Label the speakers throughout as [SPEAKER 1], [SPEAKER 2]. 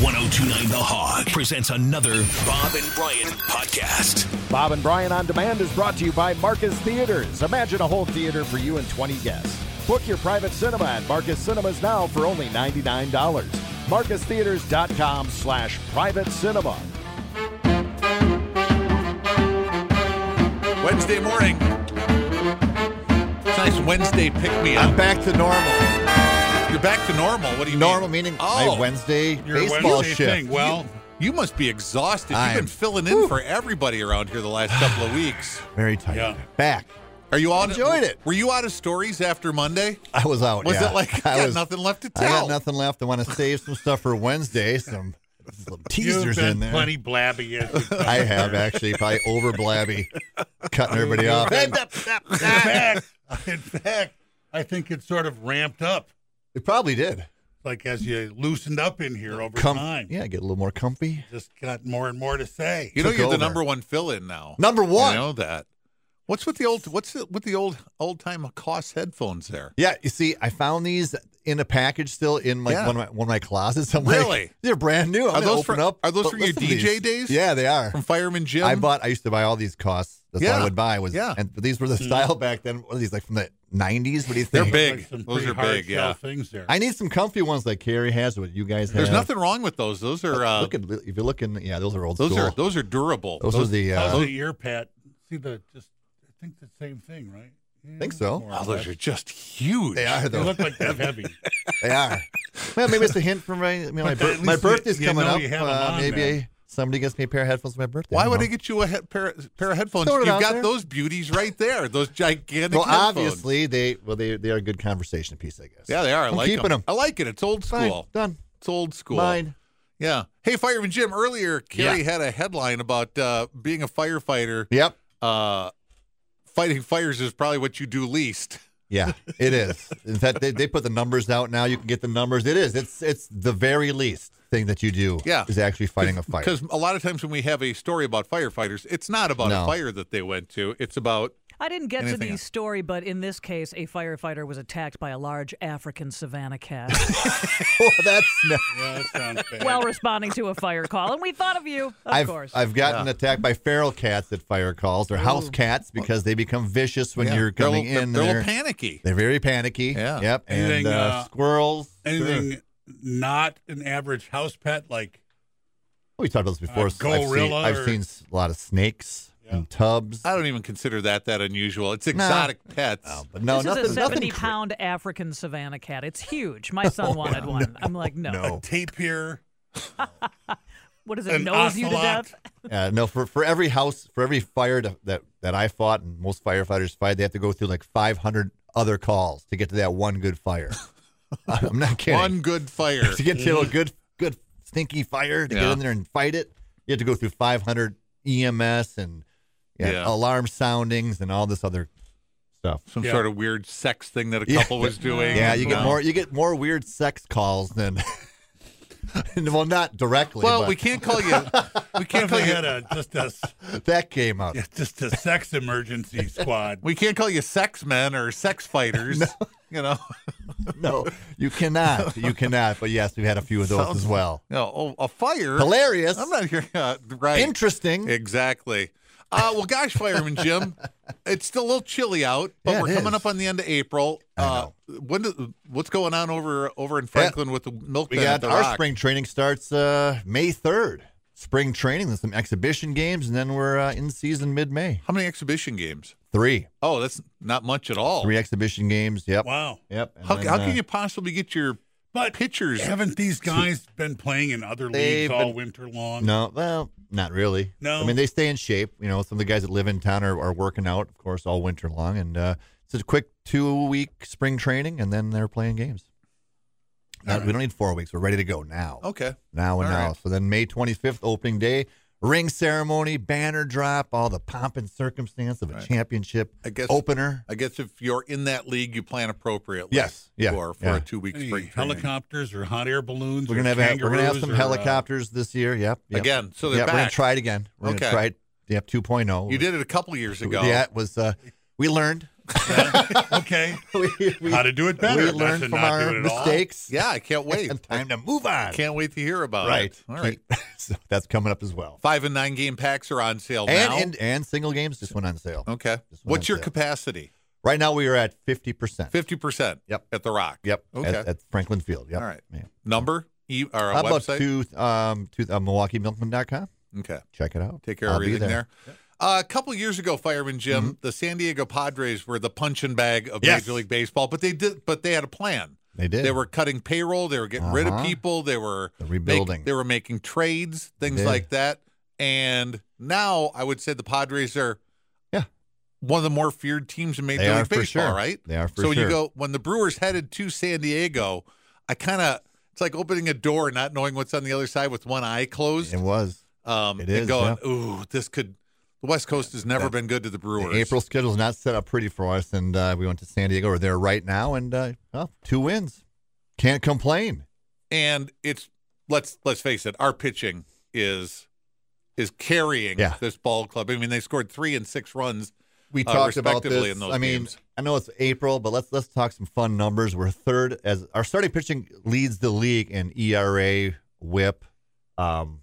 [SPEAKER 1] 1029 The Hog presents another Bob and Brian podcast.
[SPEAKER 2] Bob and Brian on Demand is brought to you by Marcus Theaters. Imagine a whole theater for you and 20 guests. Book your private cinema at Marcus Cinemas now for only $99. MarcusTheaters.com slash private cinema.
[SPEAKER 3] Wednesday morning. It's nice Wednesday pick me up.
[SPEAKER 4] I'm back to normal.
[SPEAKER 3] You're back to normal. What do you
[SPEAKER 4] Normal
[SPEAKER 3] mean?
[SPEAKER 4] meaning
[SPEAKER 3] Oh,
[SPEAKER 4] my Wednesday
[SPEAKER 3] Your
[SPEAKER 4] baseball
[SPEAKER 3] Wednesday
[SPEAKER 4] shift.
[SPEAKER 3] thing. Well, you must be exhausted.
[SPEAKER 4] I
[SPEAKER 3] You've been
[SPEAKER 4] am.
[SPEAKER 3] filling in for everybody around here the last couple of weeks.
[SPEAKER 4] Very tight.
[SPEAKER 3] Yeah.
[SPEAKER 4] Back.
[SPEAKER 3] Are you out?
[SPEAKER 4] Enjoyed it.
[SPEAKER 3] Were you out of stories after Monday?
[SPEAKER 4] I was out.
[SPEAKER 3] Was
[SPEAKER 4] yeah.
[SPEAKER 3] it like
[SPEAKER 4] I
[SPEAKER 3] got
[SPEAKER 4] was,
[SPEAKER 3] nothing left to
[SPEAKER 4] I
[SPEAKER 3] tell?
[SPEAKER 4] got nothing left. I want to save some stuff for Wednesday. Some, some teasers
[SPEAKER 5] You've been
[SPEAKER 4] in there.
[SPEAKER 5] plenty blabby. as you come
[SPEAKER 4] I
[SPEAKER 5] here.
[SPEAKER 4] have actually probably over blabby, cutting everybody off.
[SPEAKER 5] In fact, in fact, I think it sort of ramped up,
[SPEAKER 4] It probably did.
[SPEAKER 5] like as you loosened up in here over
[SPEAKER 4] Come,
[SPEAKER 5] time.
[SPEAKER 4] yeah, get a little more comfy.
[SPEAKER 5] Just got more and more to say.
[SPEAKER 3] You know
[SPEAKER 4] took
[SPEAKER 3] you're the
[SPEAKER 4] over.
[SPEAKER 3] number one fill in now.
[SPEAKER 4] Number one.
[SPEAKER 3] I know that. What's with the old? What's the, with the old old time cost headphones there?
[SPEAKER 4] Yeah, you see, I found these in a package still in like
[SPEAKER 3] Yeah.
[SPEAKER 4] one, of my, one of my closets. I'm
[SPEAKER 3] Really?
[SPEAKER 4] like, they're brand new. I'm
[SPEAKER 3] Are
[SPEAKER 4] gonna
[SPEAKER 3] those
[SPEAKER 4] open
[SPEAKER 3] for-
[SPEAKER 4] up?
[SPEAKER 3] are those
[SPEAKER 4] but
[SPEAKER 3] for your
[SPEAKER 4] listen to these.
[SPEAKER 3] DJ days?
[SPEAKER 4] Yeah, they are.
[SPEAKER 3] From Fireman Jim.
[SPEAKER 4] I bought. I used to buy all these costs. That's all
[SPEAKER 3] Yeah.
[SPEAKER 4] I would buy. Was
[SPEAKER 3] Yeah. Hmm.
[SPEAKER 4] And these were the style back then. What are these like from the nineties? What do you
[SPEAKER 3] They're
[SPEAKER 4] think?
[SPEAKER 3] big.
[SPEAKER 5] Like some
[SPEAKER 3] Those
[SPEAKER 5] pretty
[SPEAKER 3] are
[SPEAKER 5] hard
[SPEAKER 3] big, yeah.
[SPEAKER 5] shell Things there.
[SPEAKER 4] I need some comfy ones like Carrie has. What you guys have?
[SPEAKER 3] There's nothing wrong with those. Those are uh,
[SPEAKER 4] Look at if you're looking. Yeah, those are old
[SPEAKER 3] those
[SPEAKER 4] school.
[SPEAKER 3] are those are durable.
[SPEAKER 4] those, are the.
[SPEAKER 5] How's
[SPEAKER 4] Uh,
[SPEAKER 5] the ear pat? See the just. I think the same thing, right? Yeah,
[SPEAKER 4] Think so. Oh,
[SPEAKER 5] more or
[SPEAKER 3] Wow, those
[SPEAKER 5] less.
[SPEAKER 3] are just huge.
[SPEAKER 4] they
[SPEAKER 5] They
[SPEAKER 4] are though.
[SPEAKER 5] look like they're heavy.
[SPEAKER 4] they are. Well, maybe it's a hint from my. You know, my,
[SPEAKER 5] But
[SPEAKER 4] bir-
[SPEAKER 5] at
[SPEAKER 4] my
[SPEAKER 5] least you-
[SPEAKER 4] birthday's
[SPEAKER 5] you
[SPEAKER 4] coming
[SPEAKER 5] know
[SPEAKER 4] up.
[SPEAKER 5] you have 'em
[SPEAKER 4] uh,
[SPEAKER 5] on
[SPEAKER 4] maybe
[SPEAKER 5] there.
[SPEAKER 4] I- somebody gets me a pair of headphones for my birthday.
[SPEAKER 3] Why
[SPEAKER 4] don't
[SPEAKER 3] would I
[SPEAKER 4] know.
[SPEAKER 3] get you a he- pair, pair of headphones?
[SPEAKER 4] Throw it
[SPEAKER 3] You've
[SPEAKER 4] out
[SPEAKER 3] got
[SPEAKER 4] there.
[SPEAKER 3] those beauties right there. Those gigantic.
[SPEAKER 4] Well,
[SPEAKER 3] headphones.
[SPEAKER 4] obviously they. Well, they they are a good conversation piece, I guess.
[SPEAKER 3] Yeah, they are. I
[SPEAKER 4] I'm
[SPEAKER 3] like
[SPEAKER 4] keeping
[SPEAKER 3] 'em.
[SPEAKER 4] 'em.
[SPEAKER 3] I like it. It's old
[SPEAKER 4] Fine,
[SPEAKER 3] school.
[SPEAKER 4] done.
[SPEAKER 3] It's old school.
[SPEAKER 4] Mine.
[SPEAKER 3] Yeah. Hey, Fireman Jim. Earlier, Carrie had a headline about uh, being a firefighter.
[SPEAKER 4] Yep.
[SPEAKER 3] Uh, fighting fires is probably what you do least.
[SPEAKER 4] Yeah, it is. In fact, they, they put the numbers out now. You can get the numbers. It is. It's it's the very least thing that you do.
[SPEAKER 3] Yeah.
[SPEAKER 4] is actually fighting a fire.
[SPEAKER 3] Because a lot of times when we have a story about firefighters, it's not about a
[SPEAKER 4] No.
[SPEAKER 3] fire that they went to. It's about
[SPEAKER 6] I didn't get to
[SPEAKER 3] Anything
[SPEAKER 6] the
[SPEAKER 3] else?
[SPEAKER 6] story, but in this case, a firefighter was attacked by a large African savannah cat
[SPEAKER 4] Well, that's no-
[SPEAKER 5] yeah, that sounds bad.
[SPEAKER 6] while responding to a fire call. And we thought of you, of
[SPEAKER 4] I've
[SPEAKER 6] course.
[SPEAKER 4] I've gotten attacked by feral cats at fire calls or house cats because they become vicious when
[SPEAKER 3] Yeah.
[SPEAKER 4] you're
[SPEAKER 3] They're a
[SPEAKER 4] coming
[SPEAKER 3] little-
[SPEAKER 4] in.
[SPEAKER 3] They're, a
[SPEAKER 4] They're,
[SPEAKER 3] little panicky.
[SPEAKER 4] they're very panicky.
[SPEAKER 3] Yeah.
[SPEAKER 4] Yep. And
[SPEAKER 5] Anything,
[SPEAKER 4] uh,
[SPEAKER 5] uh,
[SPEAKER 4] squirrels.
[SPEAKER 5] Anything
[SPEAKER 4] Sure.
[SPEAKER 5] not an average house pet like
[SPEAKER 4] We talked about this before.
[SPEAKER 5] uh,
[SPEAKER 4] so I've, seen,
[SPEAKER 5] gorilla
[SPEAKER 4] I've
[SPEAKER 5] or-
[SPEAKER 4] seen s- a lot of snakes and tubs.
[SPEAKER 3] I don't even consider that that unusual. It's
[SPEAKER 4] Nah.
[SPEAKER 3] exotic pets.
[SPEAKER 4] No, but no,
[SPEAKER 6] this
[SPEAKER 4] nothing.
[SPEAKER 6] is
[SPEAKER 4] nothing
[SPEAKER 6] a
[SPEAKER 4] cra-
[SPEAKER 6] seventy-pound African savannah cat. It's huge. My son wanted one. I'm like, no.
[SPEAKER 4] Oh, no.
[SPEAKER 5] tapir.
[SPEAKER 6] What does it
[SPEAKER 5] An
[SPEAKER 6] nose you to
[SPEAKER 5] ocelot.
[SPEAKER 6] death?
[SPEAKER 4] Uh, no, for, for every house, for every fire to, that that I fought and most firefighters fight, they have to go through like 500 other calls to get to that one good fire. I'm not kidding.
[SPEAKER 3] One good fire.
[SPEAKER 4] to get to a good good stinky fire to
[SPEAKER 3] Yeah.
[SPEAKER 4] get in there and fight it, you have to go through 500 EMS and yeah,
[SPEAKER 3] Yeah.
[SPEAKER 4] alarm soundings and all this other stuff.
[SPEAKER 3] Some
[SPEAKER 5] Yeah.
[SPEAKER 3] sort of weird sex thing that a
[SPEAKER 4] Yeah.
[SPEAKER 3] couple was doing.
[SPEAKER 4] Yeah, you get
[SPEAKER 3] No.
[SPEAKER 4] more you get more weird sex calls than well, not directly.
[SPEAKER 3] Well,
[SPEAKER 4] but
[SPEAKER 3] we can't call you. We
[SPEAKER 5] What
[SPEAKER 3] can't
[SPEAKER 5] if
[SPEAKER 3] call
[SPEAKER 5] they
[SPEAKER 3] you.
[SPEAKER 5] had a just a s-
[SPEAKER 4] that came up.
[SPEAKER 5] just a sex emergency squad?
[SPEAKER 3] We can't call you sex men or sex fighters. You know.
[SPEAKER 4] No, you cannot. You cannot. But yes, we've had a few of those as well.
[SPEAKER 3] No, oh, a fire.
[SPEAKER 4] Hilarious.
[SPEAKER 3] I'm not here. Uh, right.
[SPEAKER 4] Interesting.
[SPEAKER 3] Exactly. Uh, well, gosh, Fireman Jim, it's still a little chilly out, but
[SPEAKER 4] Yeah, it
[SPEAKER 3] we're coming
[SPEAKER 4] is.
[SPEAKER 3] up on the end of April. Uh, when do, what's going on over over in Franklin with the milk?
[SPEAKER 4] we
[SPEAKER 3] bin at
[SPEAKER 4] got
[SPEAKER 3] the
[SPEAKER 4] our
[SPEAKER 3] Rock?
[SPEAKER 4] spring training starts uh, May 3rd. Spring training, there's some exhibition games, and then we're uh, in season mid May.
[SPEAKER 3] How many exhibition games?
[SPEAKER 4] Three.
[SPEAKER 3] Oh, that's not much at all.
[SPEAKER 4] Three exhibition games. Yep.
[SPEAKER 5] Wow.
[SPEAKER 4] Yep. And
[SPEAKER 3] How,
[SPEAKER 4] then,
[SPEAKER 3] how
[SPEAKER 4] uh,
[SPEAKER 3] can you possibly get your
[SPEAKER 5] But
[SPEAKER 3] pictures?
[SPEAKER 5] haven't these guys been playing in other
[SPEAKER 4] They've
[SPEAKER 5] leagues all
[SPEAKER 4] been- Mm,
[SPEAKER 5] winter long?
[SPEAKER 4] No, well, not really.
[SPEAKER 5] No.
[SPEAKER 4] I mean, they stay in shape. You know, some of the guys that live in town are, are working out, of course, all winter long. And uh, it's a quick two week spring training, and then they're playing games. Not- We don't need four weeks. We're ready to go now.
[SPEAKER 3] Okay.
[SPEAKER 4] now and
[SPEAKER 3] All
[SPEAKER 4] now.
[SPEAKER 3] right.
[SPEAKER 4] So then May 25th, opening day, ring ceremony, banner drop, all the pomp and circumstance of a championship
[SPEAKER 3] I guess-
[SPEAKER 4] opener.
[SPEAKER 3] I guess if you're in that league, you plan appropriately.
[SPEAKER 4] Yes. Yeah.
[SPEAKER 3] For, for
[SPEAKER 4] Yeah.
[SPEAKER 3] a two week
[SPEAKER 5] Any
[SPEAKER 3] spring training.
[SPEAKER 5] helicopters or hot air balloons.
[SPEAKER 4] We're gonna
[SPEAKER 5] or
[SPEAKER 4] have a- we're gonna have
[SPEAKER 5] kangaroos
[SPEAKER 4] some
[SPEAKER 5] or, uh,
[SPEAKER 4] helicopters this year. Yep, yep.
[SPEAKER 3] Again, so they're
[SPEAKER 4] yeah, we're gonna
[SPEAKER 3] back.
[SPEAKER 4] try it again. We're
[SPEAKER 3] Okay.
[SPEAKER 4] gonna try it. Yep, oh. 2.0.
[SPEAKER 3] You did it a couple years ago.
[SPEAKER 4] Yeah, it was. Uh, we learned.
[SPEAKER 5] okay.
[SPEAKER 4] we, we,
[SPEAKER 5] How to do it better.
[SPEAKER 4] we
[SPEAKER 5] Not
[SPEAKER 4] learn
[SPEAKER 5] to
[SPEAKER 4] from
[SPEAKER 5] not
[SPEAKER 4] our
[SPEAKER 5] do it at all.
[SPEAKER 4] mistakes.
[SPEAKER 3] Yeah, I can't wait.
[SPEAKER 4] and time to move on.
[SPEAKER 3] Can't wait to hear about
[SPEAKER 4] right.
[SPEAKER 3] it. All right.
[SPEAKER 4] so that's coming up as well.
[SPEAKER 3] Five and nine game packs are on sale
[SPEAKER 4] And,
[SPEAKER 3] now.
[SPEAKER 4] and and single games just went on sale.
[SPEAKER 3] okay.
[SPEAKER 4] Just went
[SPEAKER 3] What's
[SPEAKER 4] on
[SPEAKER 3] your
[SPEAKER 4] sale.
[SPEAKER 3] capacity?
[SPEAKER 4] Right now we are at fifty percent.
[SPEAKER 3] 50%.
[SPEAKER 4] Yep.
[SPEAKER 3] At The Rock.
[SPEAKER 4] Yep.
[SPEAKER 3] Okay.
[SPEAKER 4] At, at Franklin Field. Yep.
[SPEAKER 3] All right.
[SPEAKER 4] Yeah.
[SPEAKER 3] Number? E- or a
[SPEAKER 4] How about
[SPEAKER 3] website?
[SPEAKER 4] to um to uh, MilwaukeeMilkman.com?
[SPEAKER 3] Okay.
[SPEAKER 4] Check it out.
[SPEAKER 3] Take care
[SPEAKER 4] I'll
[SPEAKER 3] of
[SPEAKER 4] be Mm-hmm.
[SPEAKER 3] everything there. Uh, a couple years ago, Fireman Jim, the San Diego Padres were the punching bag of
[SPEAKER 4] Yes.
[SPEAKER 3] Major League Baseball, but they did, but they had a plan.
[SPEAKER 4] They did.
[SPEAKER 3] They were cutting payroll. They were getting rid of
[SPEAKER 4] Uh-huh.
[SPEAKER 3] people. They were
[SPEAKER 4] The
[SPEAKER 3] make-
[SPEAKER 4] rebuilding.
[SPEAKER 3] they were making trades, things
[SPEAKER 4] did.
[SPEAKER 3] like that. And now, I would say the Padres are,
[SPEAKER 4] Yeah.
[SPEAKER 3] one of the more feared teams in Major
[SPEAKER 4] They
[SPEAKER 3] League
[SPEAKER 4] are for
[SPEAKER 3] Baseball,
[SPEAKER 4] sure.
[SPEAKER 3] right?
[SPEAKER 4] They are for
[SPEAKER 3] so when you
[SPEAKER 4] sure.
[SPEAKER 3] go when the Brewers headed to San Diego, I kind of it's like opening a door, and not knowing what's on the other side with one eye closed
[SPEAKER 4] It was.
[SPEAKER 3] um,
[SPEAKER 4] It
[SPEAKER 3] and
[SPEAKER 4] is,
[SPEAKER 3] going,
[SPEAKER 4] yeah.
[SPEAKER 3] ooh, this could. The West Coast has never been good to the
[SPEAKER 4] The
[SPEAKER 3] Brewers.
[SPEAKER 4] April schedule's not set up pretty for us, and uh, we went to San Diego. We're there right now, and uh, well, two wins. Can't complain.
[SPEAKER 3] and it's let's let's face it, our pitching is is carrying
[SPEAKER 4] Yeah.
[SPEAKER 3] this ball club. I mean, they scored three and six runs.
[SPEAKER 4] We
[SPEAKER 3] uh,
[SPEAKER 4] talked about
[SPEAKER 3] respectively
[SPEAKER 4] this.
[SPEAKER 3] in those
[SPEAKER 4] I mean,
[SPEAKER 3] games.
[SPEAKER 4] I know it's April, but let's let's talk some fun numbers. We're third as our starting pitching leads the league in ERA, WHIP, um,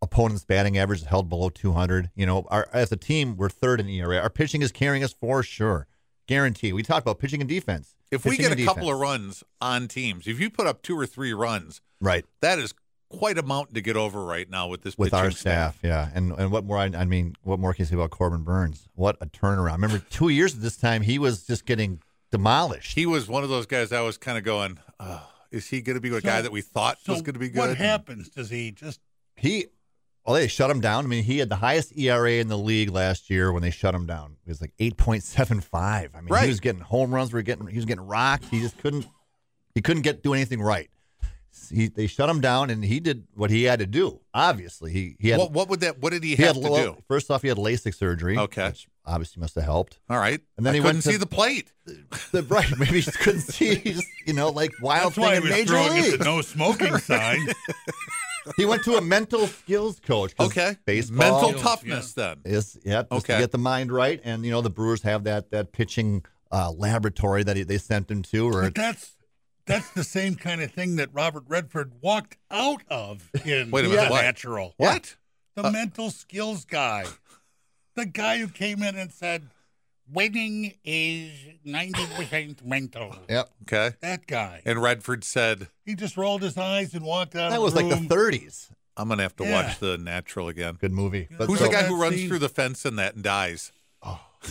[SPEAKER 4] opponents' batting average is held below 200. You know, our, as a team, we're third in ERA. Our pitching is carrying us for sure, guarantee. We talked about pitching and defense.
[SPEAKER 3] If we
[SPEAKER 4] Pitching
[SPEAKER 3] get a
[SPEAKER 4] and
[SPEAKER 3] couple of
[SPEAKER 4] defense.
[SPEAKER 3] runs on teams, if you put up two or three runs,
[SPEAKER 4] right
[SPEAKER 3] that is quite a mountain to get over right now with this
[SPEAKER 4] with
[SPEAKER 3] pitching
[SPEAKER 4] our staff, yeah, and and what more? I, I mean, what more can you say about Corbin Burns? What a turnaround! Remember, two years at this time, he was just getting demolished.
[SPEAKER 3] He was one of those guys I was kind of going, oh, is he going to be the guy
[SPEAKER 5] So-
[SPEAKER 3] that we thought
[SPEAKER 5] So
[SPEAKER 3] was going to be good?
[SPEAKER 5] What happens? Does he just
[SPEAKER 4] he well they shut him down i mean he had the highest era in the league last year when they shut him down it was like 8.75 i mean
[SPEAKER 3] Right.
[SPEAKER 4] he was getting home runs we were getting he was getting rocked he just couldn't he couldn't get do anything right he, they shut him down and he did what he had to do obviously he he had
[SPEAKER 3] what, what would that? What did he,
[SPEAKER 4] he
[SPEAKER 3] have
[SPEAKER 4] had
[SPEAKER 3] to
[SPEAKER 4] well,
[SPEAKER 3] do?
[SPEAKER 4] first off he had lasik surgery
[SPEAKER 3] Okay.
[SPEAKER 4] which obviously must have helped
[SPEAKER 3] All right,
[SPEAKER 4] And then
[SPEAKER 3] I
[SPEAKER 4] he
[SPEAKER 3] couldn't
[SPEAKER 4] went to-
[SPEAKER 3] see the plate.
[SPEAKER 4] The- right maybe he just couldn't see he just you know like wild
[SPEAKER 5] That's why
[SPEAKER 4] thing
[SPEAKER 5] he
[SPEAKER 4] in
[SPEAKER 5] was
[SPEAKER 4] major
[SPEAKER 5] throwing at
[SPEAKER 4] league
[SPEAKER 5] the no smoking sign.
[SPEAKER 4] he went to a mental skills coach 'cause
[SPEAKER 3] Okay.
[SPEAKER 4] baseball
[SPEAKER 3] Mental
[SPEAKER 5] Yeah.
[SPEAKER 3] toughness then.
[SPEAKER 4] Is yep. Just
[SPEAKER 3] Okay.
[SPEAKER 4] to get the mind right, and you know the Brewers have that that pitching uh, laboratory that he, they sent him to, or
[SPEAKER 5] But that's that's the same kind of thing that Robert Redford walked out of in
[SPEAKER 3] Wait a
[SPEAKER 5] The
[SPEAKER 3] minute, what?
[SPEAKER 5] Natural.
[SPEAKER 3] What? Uh,
[SPEAKER 5] The mental skills guy. The guy who came in and said, winning is 90% mental.
[SPEAKER 4] yep.
[SPEAKER 3] Okay.
[SPEAKER 5] That guy.
[SPEAKER 3] And Redford said,
[SPEAKER 5] He just rolled his eyes and walked out
[SPEAKER 4] That
[SPEAKER 5] of
[SPEAKER 4] was
[SPEAKER 5] the
[SPEAKER 4] like
[SPEAKER 5] room.
[SPEAKER 4] the 30s.
[SPEAKER 3] I'm going to have to
[SPEAKER 5] Yeah.
[SPEAKER 3] watch The Natural again.
[SPEAKER 4] Good movie. But
[SPEAKER 3] Who's
[SPEAKER 4] so-
[SPEAKER 3] the guy who
[SPEAKER 5] That
[SPEAKER 3] runs
[SPEAKER 5] scene-
[SPEAKER 3] through the fence in that and dies?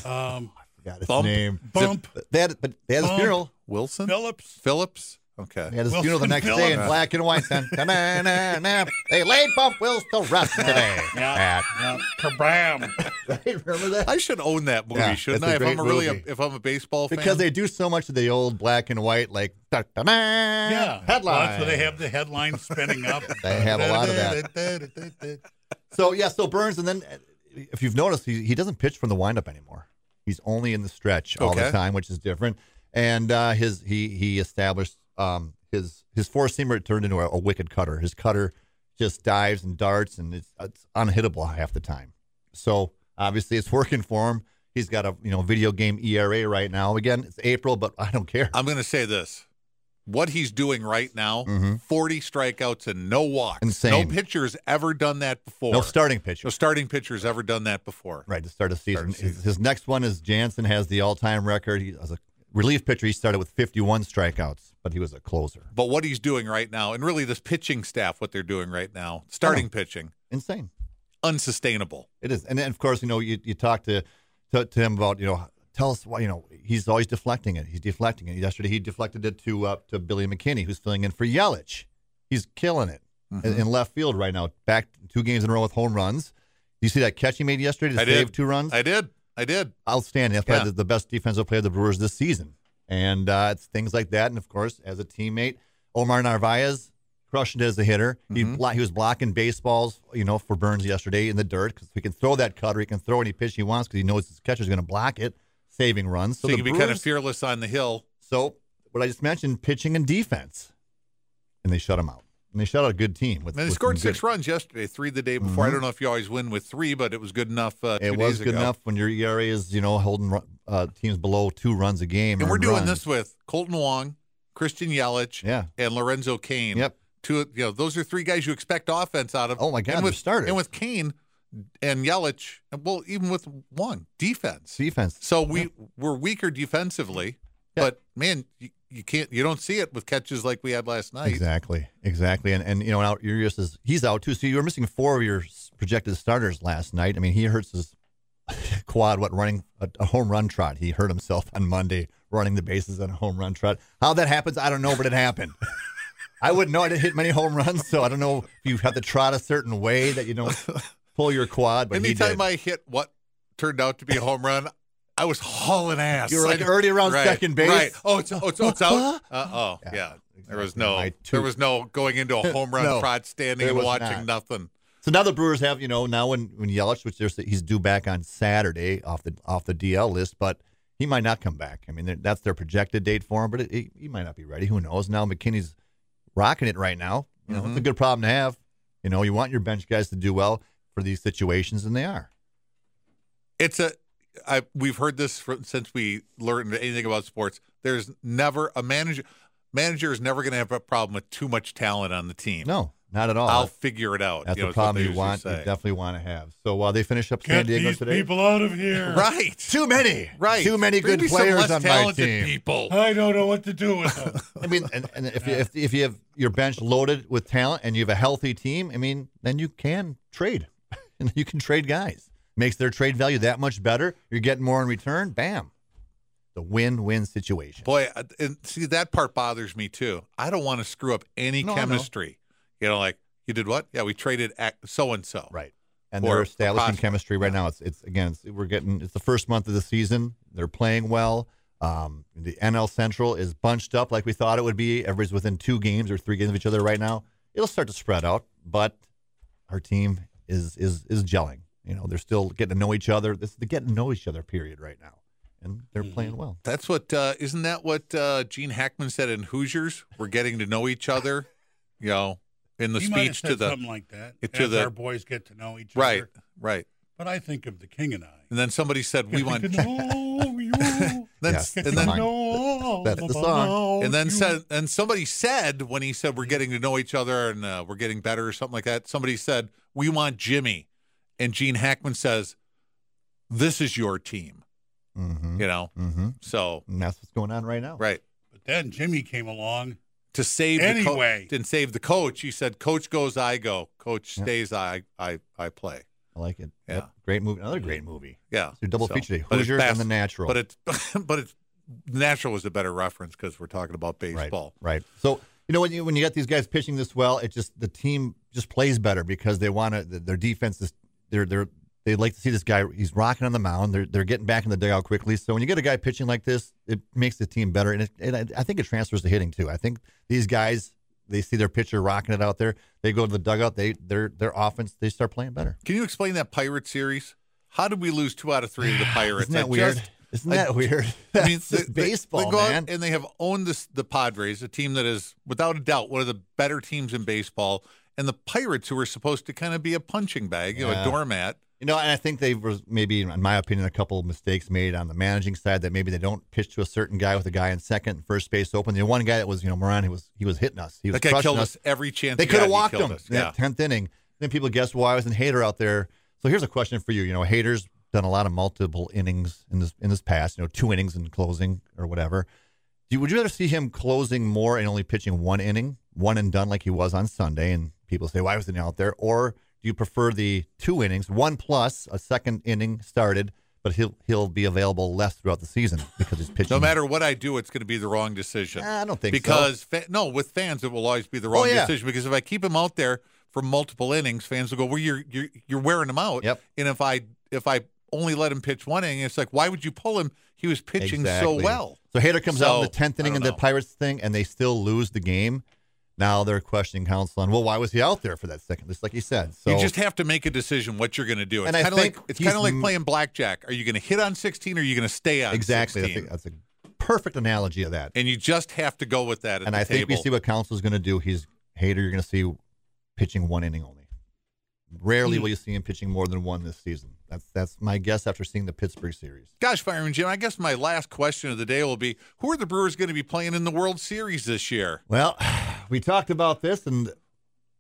[SPEAKER 5] Um,
[SPEAKER 4] Forgot his
[SPEAKER 3] Bump?
[SPEAKER 4] name.
[SPEAKER 5] Bump.
[SPEAKER 4] They had, but they had his
[SPEAKER 5] Bump.
[SPEAKER 4] funeral.
[SPEAKER 3] Wilson?
[SPEAKER 5] Phillips.
[SPEAKER 3] Phillips? Okay.
[SPEAKER 4] They had his
[SPEAKER 5] Wilson
[SPEAKER 4] funeral the next day in
[SPEAKER 5] Phillips.
[SPEAKER 4] black and white. Dun, dun, dun, dun, dun. They laid Bump Wills to rest today.
[SPEAKER 5] Yeah. yeah. Kabram.
[SPEAKER 4] That- remember that?
[SPEAKER 3] I should own that movie,
[SPEAKER 4] Yeah,
[SPEAKER 3] shouldn't
[SPEAKER 4] it's a
[SPEAKER 3] I? If I'm
[SPEAKER 4] great
[SPEAKER 3] a really a,
[SPEAKER 4] movie.
[SPEAKER 3] if I'm a baseball fan.
[SPEAKER 4] Because they do so much of the old black and white, like dun, dun, dun,
[SPEAKER 5] Yeah.
[SPEAKER 4] headline.
[SPEAKER 5] Lots where they have the headline spinning up.
[SPEAKER 4] They have a lot of
[SPEAKER 5] that.
[SPEAKER 4] So yeah, so Burns, and then uh, if you've noticed, he, he doesn't pitch from the windup anymore. He's only in the stretch all
[SPEAKER 3] Okay.
[SPEAKER 4] the time, which is different. And uh, his he he established um, his his four seamer turned into a, a wicked cutter. His cutter just dives and darts, and it's, it's unhittable half the time. So obviously, it's working for him. He's got a you know video game ERA right now. Again, it's April, but I don't care.
[SPEAKER 3] I'm going to say this. What he's doing right now, 40 strikeouts and no walks. No
[SPEAKER 4] Mm-hmm. Insane.
[SPEAKER 3] pitcher's ever done that before.
[SPEAKER 4] no starting pitcher.
[SPEAKER 3] No starting pitcher's ever done that before.
[SPEAKER 4] Right to start a
[SPEAKER 3] Start a
[SPEAKER 4] season.
[SPEAKER 3] season.
[SPEAKER 4] His, his next one is Jansen has the all-time record. He was a relief pitcher. He started with 51 strikeouts, but he was a closer.
[SPEAKER 3] But what he's doing right now, and really this pitching staff, what they're doing right now, starting
[SPEAKER 4] Uh-huh.
[SPEAKER 3] pitching,
[SPEAKER 4] Insane.
[SPEAKER 3] unsustainable.
[SPEAKER 4] It is, and then of course you know you, you talk to, to to him about you know tell us why you know he's always deflecting it. He's deflecting it. Yesterday he deflected it to uh, to Billy McKinney, who's filling in for Yelich. He's killing it
[SPEAKER 3] Mm-hmm.
[SPEAKER 4] in, in left field right now. Back two games in a row with home runs. You see that catch he made yesterday to
[SPEAKER 3] I did.
[SPEAKER 4] save two runs.
[SPEAKER 3] I did. I did.
[SPEAKER 4] outstanding. That's probably
[SPEAKER 3] Yeah.
[SPEAKER 4] the, the best defensive player of the Brewers this season. And uh, it's things like that. And of course, as a teammate, Omar Narvaez crushed it as a hitter. He
[SPEAKER 3] Mm-hmm.
[SPEAKER 4] blo- he was blocking baseballs, you know, for Burns yesterday in the dirt because he can throw that cutter. He can throw any pitch he wants because he knows his catcher's going to block it, saving runs.
[SPEAKER 3] So,
[SPEAKER 4] the
[SPEAKER 3] you can be kind of
[SPEAKER 4] Brewers-
[SPEAKER 3] fearless on the hill.
[SPEAKER 4] so what I just mentioned, pitching and defense, and they shut him out. And they shot out a good team. With,
[SPEAKER 3] And they
[SPEAKER 4] with
[SPEAKER 3] scored
[SPEAKER 4] some good-
[SPEAKER 3] six runs yesterday, three the day before. I don't know if you always win with three, but it was good enough. Uh, two
[SPEAKER 4] It was
[SPEAKER 3] days
[SPEAKER 4] good
[SPEAKER 3] ago.
[SPEAKER 4] enough when your ERA is, you know, holding ru- uh, teams below two runs a game.
[SPEAKER 3] And we're
[SPEAKER 4] earned
[SPEAKER 3] doing
[SPEAKER 4] runs.
[SPEAKER 3] this with Colton Wong, Christian Yelich,
[SPEAKER 4] Yeah.
[SPEAKER 3] and Lorenzo Kane.
[SPEAKER 4] Yep.
[SPEAKER 3] Two, you know, those are three guys you expect offense out of.
[SPEAKER 4] Oh, my God,
[SPEAKER 3] And
[SPEAKER 4] they're
[SPEAKER 3] with
[SPEAKER 4] starters.
[SPEAKER 3] and with Kane and Yelich, and well, even with Wong, defense.
[SPEAKER 4] Defense.
[SPEAKER 3] So we we're weaker defensively,
[SPEAKER 4] Yeah.
[SPEAKER 3] but man, you, you can't you don't see it with catches like we had last night.
[SPEAKER 4] Exactly. Exactly. And, and you know, now Urias is, he's out too. So you were missing four of your s- projected starters last night. I mean, he hurts his quad, what, running a, a home run trot. He hurt himself on Monday running the bases on a home run trot. How that happens, I don't know, but it happened. I wouldn't know. I didn't hit many home runs, so I don't know if you have to trot a certain way that you don't pull your quad. But he did.
[SPEAKER 3] Anytime I hit what turned out to be a home run, I was hauling ass.
[SPEAKER 4] You were, like,
[SPEAKER 3] I-
[SPEAKER 4] already around second base.
[SPEAKER 3] Right. Oh, it's, oh, it's, oh, it's out. Uh oh. Yeah. There was
[SPEAKER 4] exactly.
[SPEAKER 3] no.
[SPEAKER 4] My
[SPEAKER 3] There
[SPEAKER 4] two-
[SPEAKER 3] was no going into a home run
[SPEAKER 4] No,
[SPEAKER 3] trot, standing
[SPEAKER 4] there
[SPEAKER 3] and
[SPEAKER 4] was
[SPEAKER 3] watching nothing.
[SPEAKER 4] So now the Brewers have, you know, now when when Yelich, which they're, he's due back on Saturday off the off the DL list, but he might not come back. I mean, they're- that's their projected date for him, but it, it, he might not be ready. Who knows? Now McKinney's rocking it right now. You know, it's a
[SPEAKER 3] Mm-hmm.
[SPEAKER 4] good problem to have. You know, you want your bench guys to do well for these situations, and they are.
[SPEAKER 3] It's a. I we've heard this from, since we learned anything about sports. There's never a manager. Manager is never going to have a problem with too much talent on the team.
[SPEAKER 4] No, not at all.
[SPEAKER 3] I'll figure it out.
[SPEAKER 4] that's
[SPEAKER 3] you know,
[SPEAKER 4] the
[SPEAKER 3] is what
[SPEAKER 4] problem
[SPEAKER 3] they
[SPEAKER 4] you
[SPEAKER 3] usually
[SPEAKER 4] want. You
[SPEAKER 3] say.
[SPEAKER 4] definitely want to have. So while they finish up
[SPEAKER 5] Get
[SPEAKER 4] San Diego
[SPEAKER 5] these
[SPEAKER 4] today,
[SPEAKER 5] people out of here.
[SPEAKER 3] Right.
[SPEAKER 4] too many,
[SPEAKER 3] Right.
[SPEAKER 4] Too many
[SPEAKER 3] Bring
[SPEAKER 4] good
[SPEAKER 3] me some
[SPEAKER 4] players
[SPEAKER 3] less
[SPEAKER 4] on my
[SPEAKER 3] talented
[SPEAKER 4] team.
[SPEAKER 3] People.
[SPEAKER 5] I don't know what to do with them.
[SPEAKER 4] I mean, and, and if, you, if if you have your bench loaded with talent and you have a healthy team, I mean, then you can trade, and you can trade guys. Makes their trade value that much better. You're getting more in return. Bam, the win-win situation.
[SPEAKER 3] Boy, I- and see that part bothers me too. I don't want to screw up any
[SPEAKER 4] No, I know.
[SPEAKER 3] chemistry. You know, like you did what? Yeah, we traded so and so.
[SPEAKER 4] Right. And
[SPEAKER 3] Or
[SPEAKER 4] they're
[SPEAKER 3] a
[SPEAKER 4] establishing
[SPEAKER 3] prospect.
[SPEAKER 4] chemistry right now. It's it's again, it's, we're getting it's the first month of the season. They're playing well. Um, the NL Central is bunched up like we thought it would be. Everybody's within two games or three games of each other right now. It'll start to spread out, but our team is is is gelling. You know, they're still getting to know each other. This they're getting to know each other period right now, and they're
[SPEAKER 3] Mm-hmm.
[SPEAKER 4] playing well.
[SPEAKER 3] That's what uh, isn't that what uh, Gene Hackman said in Hoosiers? We're getting to know each other. You know, in the
[SPEAKER 5] he might have
[SPEAKER 3] speech
[SPEAKER 5] said
[SPEAKER 3] to the
[SPEAKER 5] something like that.
[SPEAKER 3] it- to
[SPEAKER 5] as
[SPEAKER 3] the-
[SPEAKER 5] our boys get to know each
[SPEAKER 3] right,
[SPEAKER 5] other.
[SPEAKER 3] right.
[SPEAKER 5] But I think of the king and I.
[SPEAKER 3] And then somebody said we want.
[SPEAKER 5] Get to
[SPEAKER 3] Then,
[SPEAKER 5] know you.
[SPEAKER 4] Yes,
[SPEAKER 3] and
[SPEAKER 5] Get to
[SPEAKER 3] then
[SPEAKER 4] fine.
[SPEAKER 5] know
[SPEAKER 4] That's the
[SPEAKER 5] about
[SPEAKER 4] song.
[SPEAKER 3] and then
[SPEAKER 5] Oh, you.
[SPEAKER 3] said and somebody said when he said we're getting to know each other and uh, we're getting better or something like that. Somebody said we want Jimmy, and Gene Hackman says, "This is your team."
[SPEAKER 4] Mm-hmm.
[SPEAKER 3] You know,
[SPEAKER 4] Mm-hmm.
[SPEAKER 3] so
[SPEAKER 4] And that's what's going on right now.
[SPEAKER 3] right.
[SPEAKER 5] But then Jimmy came along.
[SPEAKER 3] to save
[SPEAKER 5] Anyway.
[SPEAKER 3] the coach and save the coach. He said, "Coach goes, I go. Coach stays, I, I, I play."
[SPEAKER 4] I like it.
[SPEAKER 3] Yeah.
[SPEAKER 4] Great movie. Another great movie.
[SPEAKER 3] Yeah,
[SPEAKER 4] So double feature day,
[SPEAKER 3] but it's
[SPEAKER 4] Hoosiers and
[SPEAKER 3] bas-
[SPEAKER 4] The Natural.
[SPEAKER 3] But it's but it's natural is a better reference because we're talking about baseball.
[SPEAKER 4] Right. right. So you know when you when you got these guys pitching this well, it just the team just plays better because they want to. Their defense is they're they're they like to see this guy. He's rocking on the mound. They're they're getting back in the dugout quickly. So when you get a guy pitching like this, it makes the team better, and it, and I, I think it transfers to hitting too. I think these guys they see their pitcher rocking it out there. They go to the dugout. They their their offense they start playing better.
[SPEAKER 3] Can you explain that pirate series? How did we lose two out of three to the Pirates?
[SPEAKER 4] Isn't that
[SPEAKER 3] I
[SPEAKER 4] weird?
[SPEAKER 3] just-
[SPEAKER 4] Isn't
[SPEAKER 3] I-
[SPEAKER 4] that weird?
[SPEAKER 3] I mean,
[SPEAKER 4] That's just
[SPEAKER 3] they- they-
[SPEAKER 4] baseball,
[SPEAKER 3] they go out
[SPEAKER 4] man.
[SPEAKER 3] and they have owned this, the Padres, a team that is without a doubt one of the better teams in baseball, and the Pirates, who were supposed to kind of be a punching bag, you know,
[SPEAKER 4] Yeah.
[SPEAKER 3] a doormat.
[SPEAKER 4] You know, and I think they was maybe, in my opinion, a couple of mistakes made on the managing side that maybe they don't pitch to a certain guy with a guy in second and first base open. The one guy that was, you know, Moran, he was he was hitting us. He was
[SPEAKER 3] That guy
[SPEAKER 4] crushing
[SPEAKER 3] killed us every chance.
[SPEAKER 4] They
[SPEAKER 3] he
[SPEAKER 4] could
[SPEAKER 3] got,
[SPEAKER 4] have
[SPEAKER 3] he
[SPEAKER 4] walked
[SPEAKER 3] killed
[SPEAKER 4] him
[SPEAKER 3] us.
[SPEAKER 4] in
[SPEAKER 3] Yeah.
[SPEAKER 4] that tenth inning. Then people guessed why wasn't Hater out there. So here's a question for you. You know, Hater's done a lot of multiple innings in this in this past. You know, two innings in closing or whatever. Do you, would you rather see him closing more and only pitching one inning, one and done, like he was on Sunday? And people say, why wasn't he out there? Or do you prefer the two innings, one plus a second inning started, but he'll he'll be available less throughout the season because he's pitching.
[SPEAKER 3] No matter what I do, it's going to be the wrong decision.
[SPEAKER 4] Ah, I don't think so.
[SPEAKER 3] because fa- no, with fans it will always be the wrong
[SPEAKER 4] Oh, yeah.
[SPEAKER 3] decision. Because if I keep him out there for multiple innings, fans will go, "Well, you're you're you're wearing him out."
[SPEAKER 4] Yep.
[SPEAKER 3] And if I if I only let him pitch one inning, it's like, why would you pull him? He was pitching
[SPEAKER 4] Exactly.
[SPEAKER 3] so well.
[SPEAKER 4] So Hader comes out in the
[SPEAKER 3] So,
[SPEAKER 4] tenth
[SPEAKER 3] I
[SPEAKER 4] inning
[SPEAKER 3] don't
[SPEAKER 4] in the
[SPEAKER 3] know.
[SPEAKER 4] Pirates thing, and they still lose the game. Now they're questioning counsel on, well, why was he out there for that second? Just like he said. So
[SPEAKER 3] you just have to make a decision what you're going to do. It's
[SPEAKER 4] And I
[SPEAKER 3] kind of
[SPEAKER 4] think
[SPEAKER 3] like it's
[SPEAKER 4] he's
[SPEAKER 3] kind of like
[SPEAKER 4] m-
[SPEAKER 3] playing blackjack. Are you going to hit on 16 or are you going to stay on
[SPEAKER 4] exactly. I
[SPEAKER 3] 16?
[SPEAKER 4] think uh, that's a perfect analogy of that.
[SPEAKER 3] and you just have to go with that. At
[SPEAKER 4] and
[SPEAKER 3] the
[SPEAKER 4] I think
[SPEAKER 3] table.
[SPEAKER 4] we see what counsel is going to do. He's Hater, you're going to see pitching one inning only. Rarely will you see him pitching more than one this season. That's that's my guess after seeing the Pittsburgh series.
[SPEAKER 3] Gosh, Fireman Jim, I guess my last question of the day will be who are the Brewers going to be playing in the World Series this year?
[SPEAKER 4] Well, we talked about this, and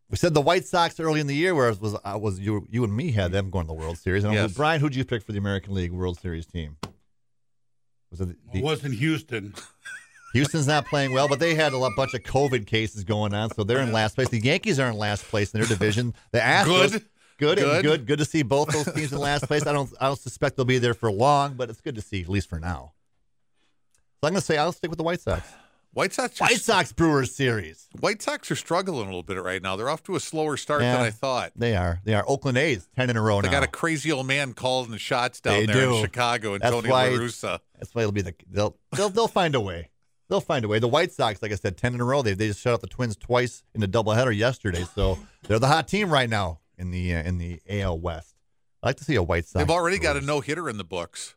[SPEAKER 4] we said the White Sox early in the year, whereas was I was you you and me had them going to the World Series. And
[SPEAKER 3] Yes.
[SPEAKER 4] Brian, who'd you pick for the American League World Series team? Was it the,
[SPEAKER 5] It was in Houston.
[SPEAKER 4] Houston's not playing well, but they had a lot- bunch of COVID cases going on, so they're in last place. The Yankees are in last place in their division. The Astros,
[SPEAKER 3] Good.
[SPEAKER 4] good, and
[SPEAKER 3] Good.
[SPEAKER 4] good, good to see both those teams in last place. I don't, I don't suspect they'll be there for long, but it's good to see at least for now. So I'm going to say I'll stick with the White Sox.
[SPEAKER 3] White Sox are,
[SPEAKER 4] White Sox Brewers series.
[SPEAKER 3] White Sox are struggling a little bit right now. They're off to a slower start than
[SPEAKER 4] Yeah.
[SPEAKER 3] I thought.
[SPEAKER 4] They are, they are Oakland A's ten in a row
[SPEAKER 3] They
[SPEAKER 4] now.
[SPEAKER 3] got a crazy old man calling the shots down
[SPEAKER 4] They
[SPEAKER 3] there
[SPEAKER 4] do.
[SPEAKER 3] in Chicago and
[SPEAKER 4] That's
[SPEAKER 3] Tony
[SPEAKER 4] why
[SPEAKER 3] La
[SPEAKER 4] it's-
[SPEAKER 3] Russa.
[SPEAKER 4] That's why it'll be the they'll they'll they'll find a way. They'll find a way. The White Sox, like I said, ten in a row. They they just shut out the Twins twice in a doubleheader yesterday, so they're the hot team right now in the uh, in the AL West. I like to see a White Sox.
[SPEAKER 3] They've already got a
[SPEAKER 4] Brewers.
[SPEAKER 3] no hitter in the books.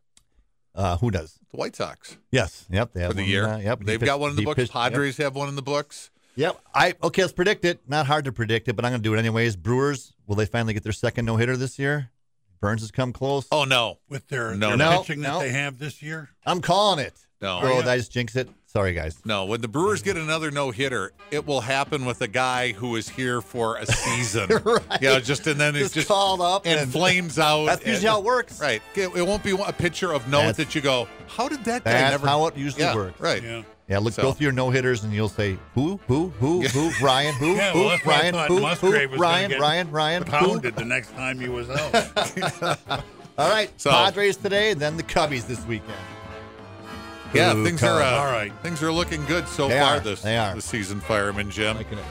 [SPEAKER 4] Uh, who does?
[SPEAKER 3] The White Sox
[SPEAKER 4] Yes. Yep. They have
[SPEAKER 3] for the
[SPEAKER 4] one,
[SPEAKER 3] year.
[SPEAKER 4] uh, yep.
[SPEAKER 3] They've
[SPEAKER 4] He
[SPEAKER 3] got
[SPEAKER 4] pitched-
[SPEAKER 3] one in the
[SPEAKER 4] he
[SPEAKER 3] books.
[SPEAKER 4] pitched- yep.
[SPEAKER 3] Padres have one in the books.
[SPEAKER 4] Yep. I okay. Let's predict it. Not hard to predict it, but I'm going to do it anyways. Brewers, will they finally get their second no hitter this year? Burns has come close.
[SPEAKER 3] Oh no,
[SPEAKER 5] With their,
[SPEAKER 3] No,
[SPEAKER 5] their
[SPEAKER 4] no,
[SPEAKER 5] pitching
[SPEAKER 4] no.
[SPEAKER 5] that they have this year,
[SPEAKER 4] I'm calling it.
[SPEAKER 3] no,
[SPEAKER 4] Oh, that just jinxed it. Sorry, guys.
[SPEAKER 3] no. When the Brewers get another no hitter, it will happen with a guy who is here for a season.
[SPEAKER 4] Right.
[SPEAKER 3] You know, just and then it's
[SPEAKER 4] Just
[SPEAKER 3] just
[SPEAKER 4] called up
[SPEAKER 3] and,
[SPEAKER 4] and-
[SPEAKER 3] flames out.
[SPEAKER 4] That's
[SPEAKER 3] and-
[SPEAKER 4] usually how it works.
[SPEAKER 3] Right. It, it won't be a picture of note
[SPEAKER 4] That's-
[SPEAKER 3] that you go, how did that guy
[SPEAKER 4] That's
[SPEAKER 3] never?
[SPEAKER 4] how it usually
[SPEAKER 3] yeah,
[SPEAKER 4] works.
[SPEAKER 3] Right.
[SPEAKER 5] yeah.
[SPEAKER 4] Yeah, look,
[SPEAKER 3] So-
[SPEAKER 4] go through your no hitters and you'll say, who, who, who, who, Ryan, who,
[SPEAKER 5] Yeah,
[SPEAKER 4] who,
[SPEAKER 5] well, that's what I
[SPEAKER 4] Ryan,
[SPEAKER 5] thought.
[SPEAKER 4] who, who,
[SPEAKER 5] Musgrave was gonna
[SPEAKER 4] Ryan,
[SPEAKER 5] get
[SPEAKER 4] Ryan, Ryan, who.
[SPEAKER 5] Pounded the next time he was out.
[SPEAKER 4] All right,
[SPEAKER 3] So-
[SPEAKER 4] Padres today, then the Cubbies this weekend.
[SPEAKER 3] Yeah.
[SPEAKER 4] Who
[SPEAKER 3] Things are
[SPEAKER 4] comes?
[SPEAKER 3] uh,
[SPEAKER 5] All right.
[SPEAKER 3] Things are looking good so
[SPEAKER 4] They
[SPEAKER 3] far
[SPEAKER 4] are.
[SPEAKER 3] this
[SPEAKER 4] They are.
[SPEAKER 3] this season, Fireman Jim.
[SPEAKER 4] Making it